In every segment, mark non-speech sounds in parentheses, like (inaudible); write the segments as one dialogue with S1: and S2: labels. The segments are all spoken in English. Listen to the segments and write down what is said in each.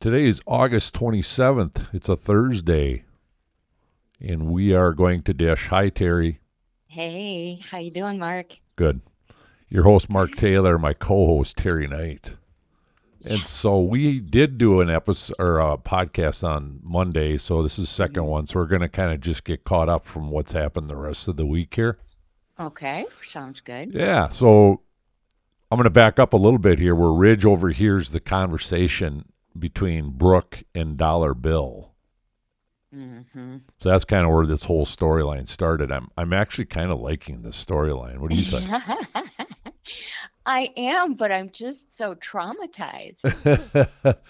S1: Today is August 27th. It's a Thursday. And we are going to dish. Hi, Terry.
S2: Hey, how you doing, Mark?
S1: Good. Your host, Mark Taylor, my co host, Terry Knight. And so we did do an episode or a podcast on Monday. So this is 2nd one. So we're going to kind of just get caught up from what's happened the rest of the week here.
S2: Okay, sounds good.
S1: Yeah. So I'm going to back up a little bit here where Ridge overhears the conversation between Brooke and Dollar Bill.
S2: Mm-hmm.
S1: So that's kind of where this whole storyline started. I'm I'm actually kind of liking this storyline.
S2: (laughs)
S1: What do you think?
S2: (laughs) I am, but I'm just
S1: (laughs)
S2: so traumatized.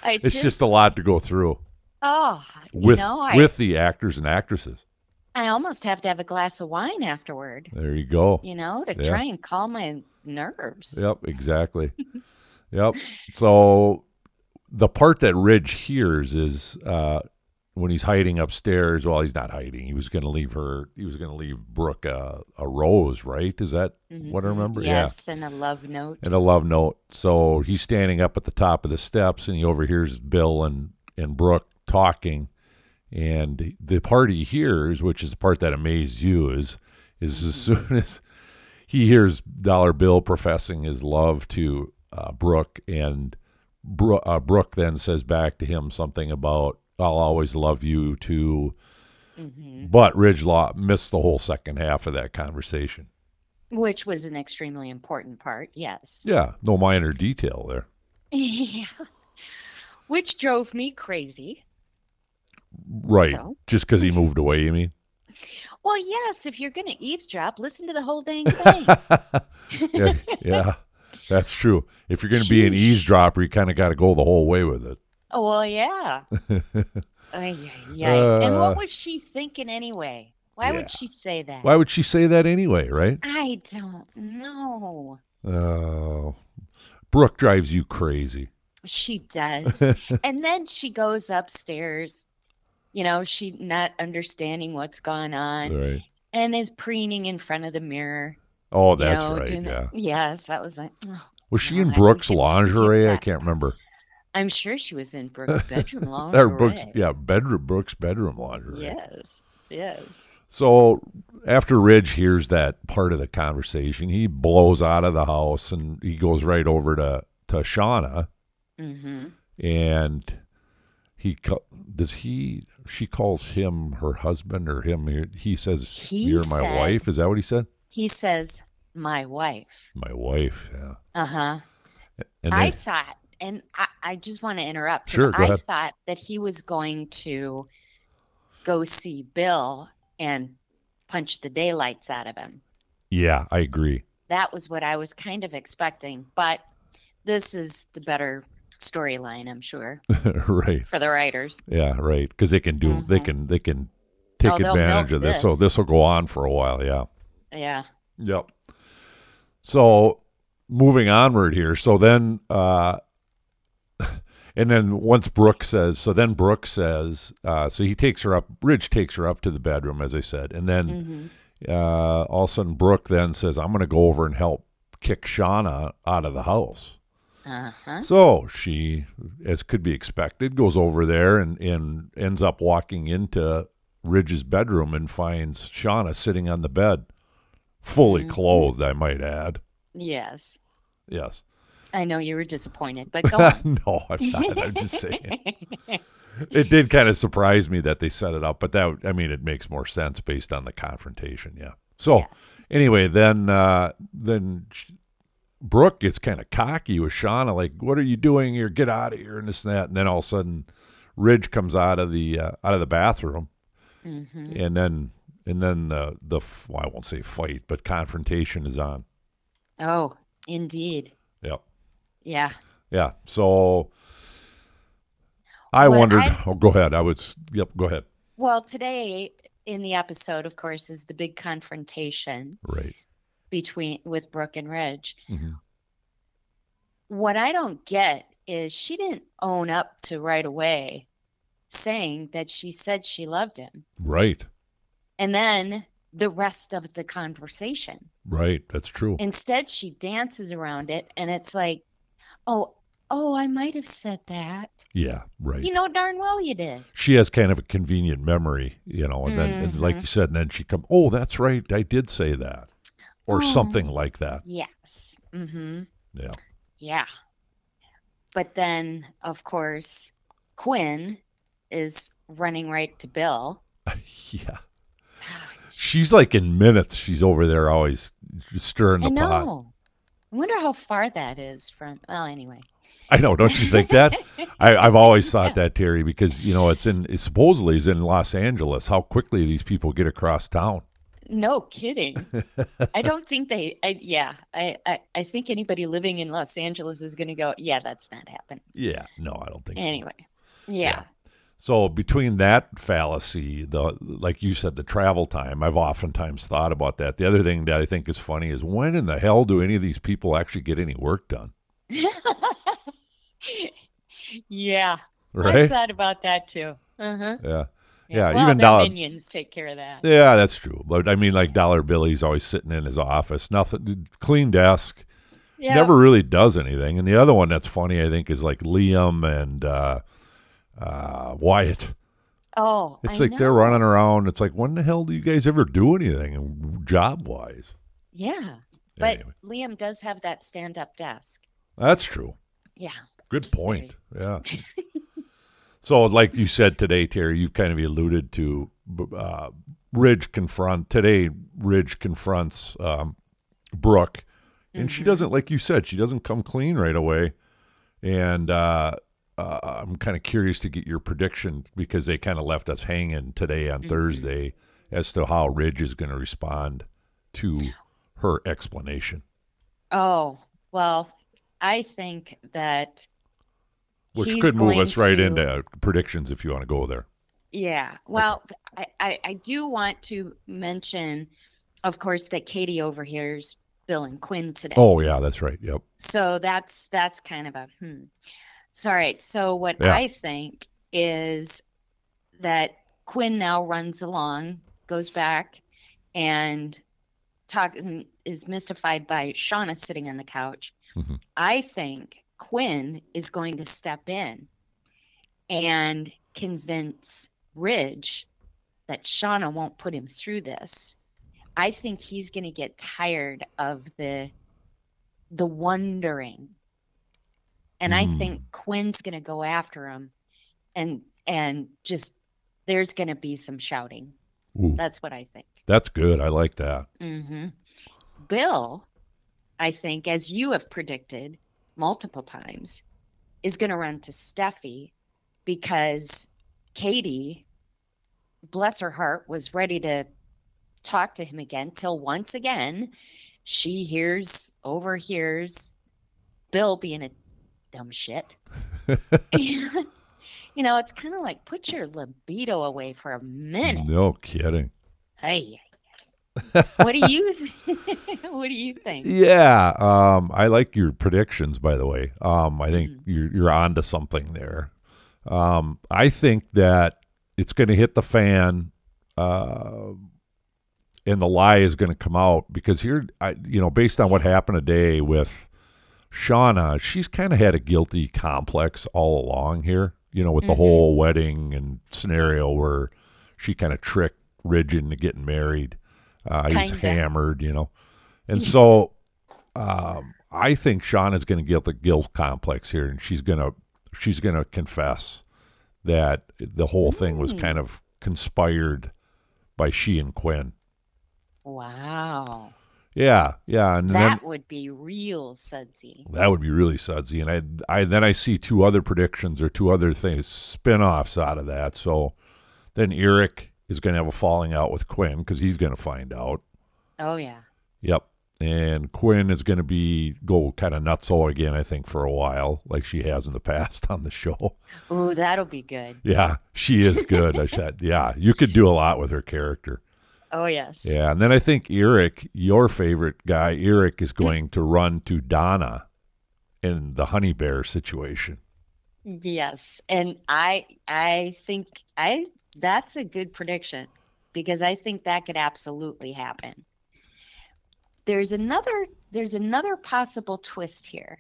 S2: I
S1: it's just, a lot to go through
S2: Oh,
S1: with
S2: you know, I,
S1: with the actors and actresses.
S2: I almost have to have a glass of wine afterward,
S1: There you go.
S2: you know, to
S1: Yeah.
S2: try and calm my nerves.
S1: Yep,
S2: (laughs)
S1: exactly. yep. So the part that Ridge hears is uh, when he's hiding upstairs. Well, he's not hiding. He was going to leave her. He was going to leave Brooke a, a rose, right? Is that what I
S2: Mhm.
S1: remember? Yeah.
S2: Yes, and a love note.
S1: and a love note. So he's standing up at the top of the steps and he overhears Bill and, and Brooke talking. And the part he hears, which is the part that amazed you, is is as (laughs) soon as he hears Dollar Bill professing his love to uh, Brooke, and Bro- uh, Brooke then says back to him something about "I'll always love you too."
S2: hmm
S1: But Ridgelaw missed the whole second half of that conversation.
S2: Which was an extremely important part, yes. (laughs)
S1: Yeah, no minor detail there.
S2: Which drove me crazy.
S1: Right.
S2: So?
S1: Just because he moved away, you
S2: (laughs)
S1: mean?
S2: Well, yes, if you're going to eavesdrop, listen to the
S1: (laughs)
S2: whole dang thing.
S1: yeah, yeah, that's true. If you're going to be an
S2: Sheesh.
S1: eavesdropper, you kind of got to go the whole way with it.
S2: oh,
S1: (laughs)
S2: well, yeah. Ay, ay, ay. and
S1: Uh,
S2: what was she thinking anyway? Why
S1: yeah.
S2: would she say that?
S1: Why would she say that anyway, right?
S2: I don't know.
S1: Oh, Brooke drives you crazy. (laughs)
S2: She does. and then she goes upstairs, you know, she not understanding what's going on
S1: Right.
S2: and is preening in front of the mirror.
S1: Oh,
S2: you
S1: that's
S2: know,
S1: right.
S2: doing the-
S1: Yeah.
S2: Yes, that was like, oh,
S1: Was she
S2: No,
S1: in
S2: I
S1: Brooke's
S2: think it's-
S1: lingerie? I
S2: yeah.
S1: can't remember.
S2: I'm sure she was in Brooke's bedroom
S1: (laughs)
S2: lingerie.
S1: Or Brooke's, yeah, bedroom. Brooke's bedroom lingerie.
S2: Yes, yes.
S1: So after Ridge hears that part of the conversation, he blows out of the house and he goes right over to to Shauna,
S2: Mm-hmm.
S1: and he ca- does he she calls him her husband or him he- he says
S2: He
S1: you're my
S2: said-
S1: wife is that what he said
S2: He says, "My wife."
S1: my wife yeah
S2: Uh huh.
S1: and
S2: I
S1: then-
S2: thought, and I, I just want to interrupt. 'cause
S1: Sure, go
S2: I
S1: ahead.
S2: thought that he was going to go see Bill and punch the daylights out of him.
S1: yeah i agree (laughs)
S2: That was what I was kind of expecting, but this is the better storyline, I'm
S1: (laughs)
S2: sure,
S1: right
S2: for the writers.
S1: yeah right because they can do they
S2: Mhm.
S1: can they can take
S2: Oh, they'll
S1: advantage
S2: milk
S1: of this so
S2: this.
S1: this will go on for a while yeah
S2: Yeah.
S1: Yep. So moving onward here. So then, uh, (laughs) and then once Brooke says, so then Brooke says, uh, so he takes her up, Ridge takes her up to the bedroom, as I said. And then
S2: hmm
S1: uh, all of a sudden, Brooke then says, I'm going to go over and help kick Shauna out of the house.
S2: Uh huh.
S1: So she, as could be expected, goes over there and, and ends up walking into Ridge's bedroom and finds Shauna sitting on the bed, fully
S2: Mhm.
S1: clothed, I might add.
S2: Yes.
S1: Yes.
S2: I know you were disappointed,
S1: (laughs)
S2: but go on.
S1: no, I'm not. I'm
S2: (laughs)
S1: just saying. It did kind of surprise me that they set it up, but that, I mean, it makes more sense based on the confrontation. Yeah. So
S2: Yes.
S1: anyway, then, uh, then sh- Brooke gets kind of cocky with Shauna, like, what are you doing here? Get out of here. And this and that. And then all of a sudden Ridge comes out of the, uh, out of the bathroom
S2: hmm
S1: and then, and then the, the, f- well, I won't say fight, but confrontation is on.
S2: Oh, indeed.
S1: Yep.
S2: Yeah.
S1: Yeah. So I
S2: What
S1: wondered.
S2: I-
S1: oh, go ahead. I was. Yep. Go ahead.
S2: Well, today in the episode, of course, is the big confrontation (sighs)
S1: Right.
S2: between with Brooke and Ridge.
S1: Mhm.
S2: What I don't get is she didn't own up to right away saying that she said she loved him.
S1: Right.
S2: And then the rest of the conversation.
S1: Right. That's true.
S2: Instead, she dances around it and it's like, oh, oh, I might have said that.
S1: Yeah, right.
S2: You know darn well you did.
S1: she has kind of a convenient memory, you know, and then and
S2: Mm-hmm.
S1: like you said, and then she come, oh, that's right, I did say that, or
S2: Oh.
S1: something like that.
S2: Yes. Mm-hmm.
S1: Yeah, (laughs)
S2: Yeah. But then, of course, Quinn is running right to Bill. (sighs) Oh,
S1: yeah. She's like in minutes. She's over there, always stirring the
S2: I
S1: pot.
S2: know. I wonder how far that is from. Well, anyway.
S1: I know. Don't you think
S2: (laughs)
S1: that? I, I've always thought that, Terry, because you know it's in it supposedly is in Los Angeles. How quickly these people get across town.
S2: No kidding. I don't think they. I, yeah, I, I. I think anybody living in Los Angeles is going to go. Yeah, that's not happening.
S1: Yeah. No, I don't think. so.
S2: Anyway. Yeah.
S1: So between that fallacy, the like you said, the travel time, I've oftentimes thought about that. The other thing that I think is funny is when in the hell do any of these people actually get any work done?
S2: (laughs) Yeah. I
S1: Right?
S2: thought about that too. Uh huh.
S1: yeah. Yeah.
S2: Well,
S1: even um,
S2: their
S1: dollar.
S2: minions take care of that.
S1: Yeah, that's true. But I mean, like Dollar Billy's always sitting in his office, nothing, clean desk,
S2: Yeah.
S1: never really does anything. And the other one that's funny, I think, is like Liam and uh, uh, Wyatt.
S2: Oh,
S1: It's
S2: I
S1: like they're
S2: know.
S1: running around. It's like, when the hell do you guys ever do anything job wise?
S2: Yeah. But
S1: Anyway.
S2: Liam does have that stand up desk.
S1: That's true.
S2: Yeah.
S1: Good
S2: Just
S1: point.
S2: (laughs)
S1: Yeah. so, like you said today, Terry, you've kind of alluded to b- uh, Ridge confront today. Ridge confronts um, Brooke, and
S2: Mm-hmm.
S1: she doesn't, like you said, she doesn't come clean right away. And uh, uh, I'm kind of curious to get your prediction because they kind of left us hanging today
S2: Mm-hmm.
S1: on Thursday as to how Ridge is going to respond to her explanation,
S2: Oh, well, I think that,
S1: which
S2: He's
S1: could move
S2: going
S1: us right
S2: to-
S1: into predictions if you want to go there.
S2: yeah. Well, I, I, I do want to mention, of course, that Katie overhears Bill and Quinn today.
S1: Oh yeah, that's right. Yep.
S2: So that's that's kind of a hmm. So, all right. So what
S1: Yeah.
S2: I think is that Quinn now runs along, goes back, and talk and is mystified by Shauna sitting on the couch.
S1: Mhm.
S2: I think Quinn is going to step in and convince Ridge that Shauna won't put him through this. I think he's going to get tired of the the wondering. And I
S1: Mm.
S2: think Quinn's going to go after him and and just there's going to be some shouting.
S1: Ooh,
S2: That's what I think.
S1: that's good. I like that.
S2: Mhm. Bill, I think as you have predicted multiple times, is going to run to Steffi because Katie bless her heart was ready to talk to him again till once again she hears overhears Bill being a dumb shit. (laughs) you know, it's kind of like put your libido away for a minute.
S1: No kidding.
S2: Hey, what
S1: (laughs)
S2: do you (laughs) what do you think?
S1: Yeah. Um, I like your predictions, by the way. Um, I think you're you're onto something there. Um, I think that it's going to hit the fan, uh, and the lie is going to come out because here, I, you know, based on what happened today with Shauna, she's kind of had a guilty complex all along here. You know, with the
S2: Mhm.
S1: whole wedding and scenario where she kind of tricked Ridge into getting married. Uh, he's
S2: Kinda.
S1: hammered, you know,
S2: (laughs)
S1: and so um, I think Shauna's going to get the guilt complex here, and she's going to she's going to confess that the whole thing
S2: Mm.
S1: was kind of conspired by she and Quinn.
S2: Wow.
S1: Yeah, yeah, and then
S2: That would be real sudsy.
S1: that would be really sudsy. And I, I then I see two other predictions or two other things spin-offs out of that. So then Eric is going to have a falling out with Quinn because he's going to find out.
S2: Oh yeah.
S1: Yep. And Quinn is going to be go kind of nutso again, I think, for a while, like she has in the past on the show. (laughs)
S2: Ooh, that'll be good.
S1: Yeah, she is good. I said, (laughs) yeah, you could do a lot with her character.
S2: Oh yes.
S1: Yeah, and then I think Eric, your favorite guy, Eric is going to run to Donna in the honey bear situation.
S2: Yes, and I I think I that's a good prediction because I think that could absolutely happen. There's another there's another possible twist here.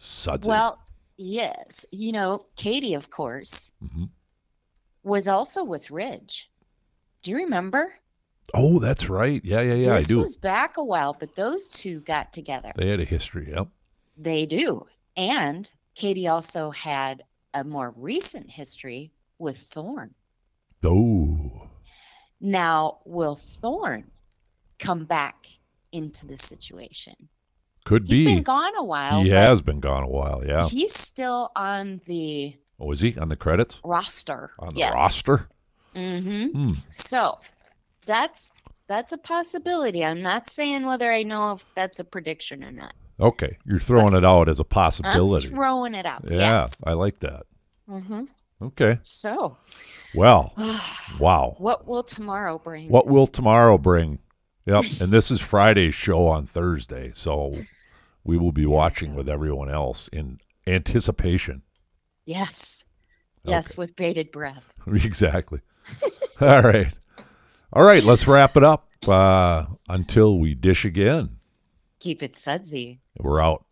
S1: Suds. it.
S2: Well, yes. You know, Katie, of course,
S1: Mhm.
S2: was also with Ridge. Do you remember?
S1: Oh, that's right. Yeah, yeah, yeah. I
S2: this
S1: do.
S2: was back a while, but those two got together.
S1: They had a history. Yep.
S2: They do. And Katie also had a more recent history with Thorne.
S1: Oh,
S2: Now, will Thorne come back into the situation?
S1: could
S2: He's
S1: be.
S2: been gone a while.
S1: he
S2: but
S1: has been gone a while. Yeah.
S2: He's still on the
S1: Oh, is he on the credits?
S2: roster.
S1: On the roster?
S2: hmm
S1: Hmm.
S2: So that's that's a possibility. I'm not saying whether I know if that's a prediction or not.
S1: Okay, you're throwing it out as a
S2: I'm
S1: possibility.
S2: throwing it out.
S1: Yeah,
S2: Yes.
S1: I like that.
S2: hmm
S1: Okay.
S2: So,
S1: Well, wow.
S2: what will tomorrow bring?
S1: What will tomorrow bring? Yep. And this is Friday's show on Thursday, so we will be watching with everyone else in anticipation. (laughs)
S2: Yes. Yes, with bated breath.
S1: exactly. (laughs) All right. All right, let's wrap it up uh, until we dish again.
S2: Keep it sudsy.
S1: We're out.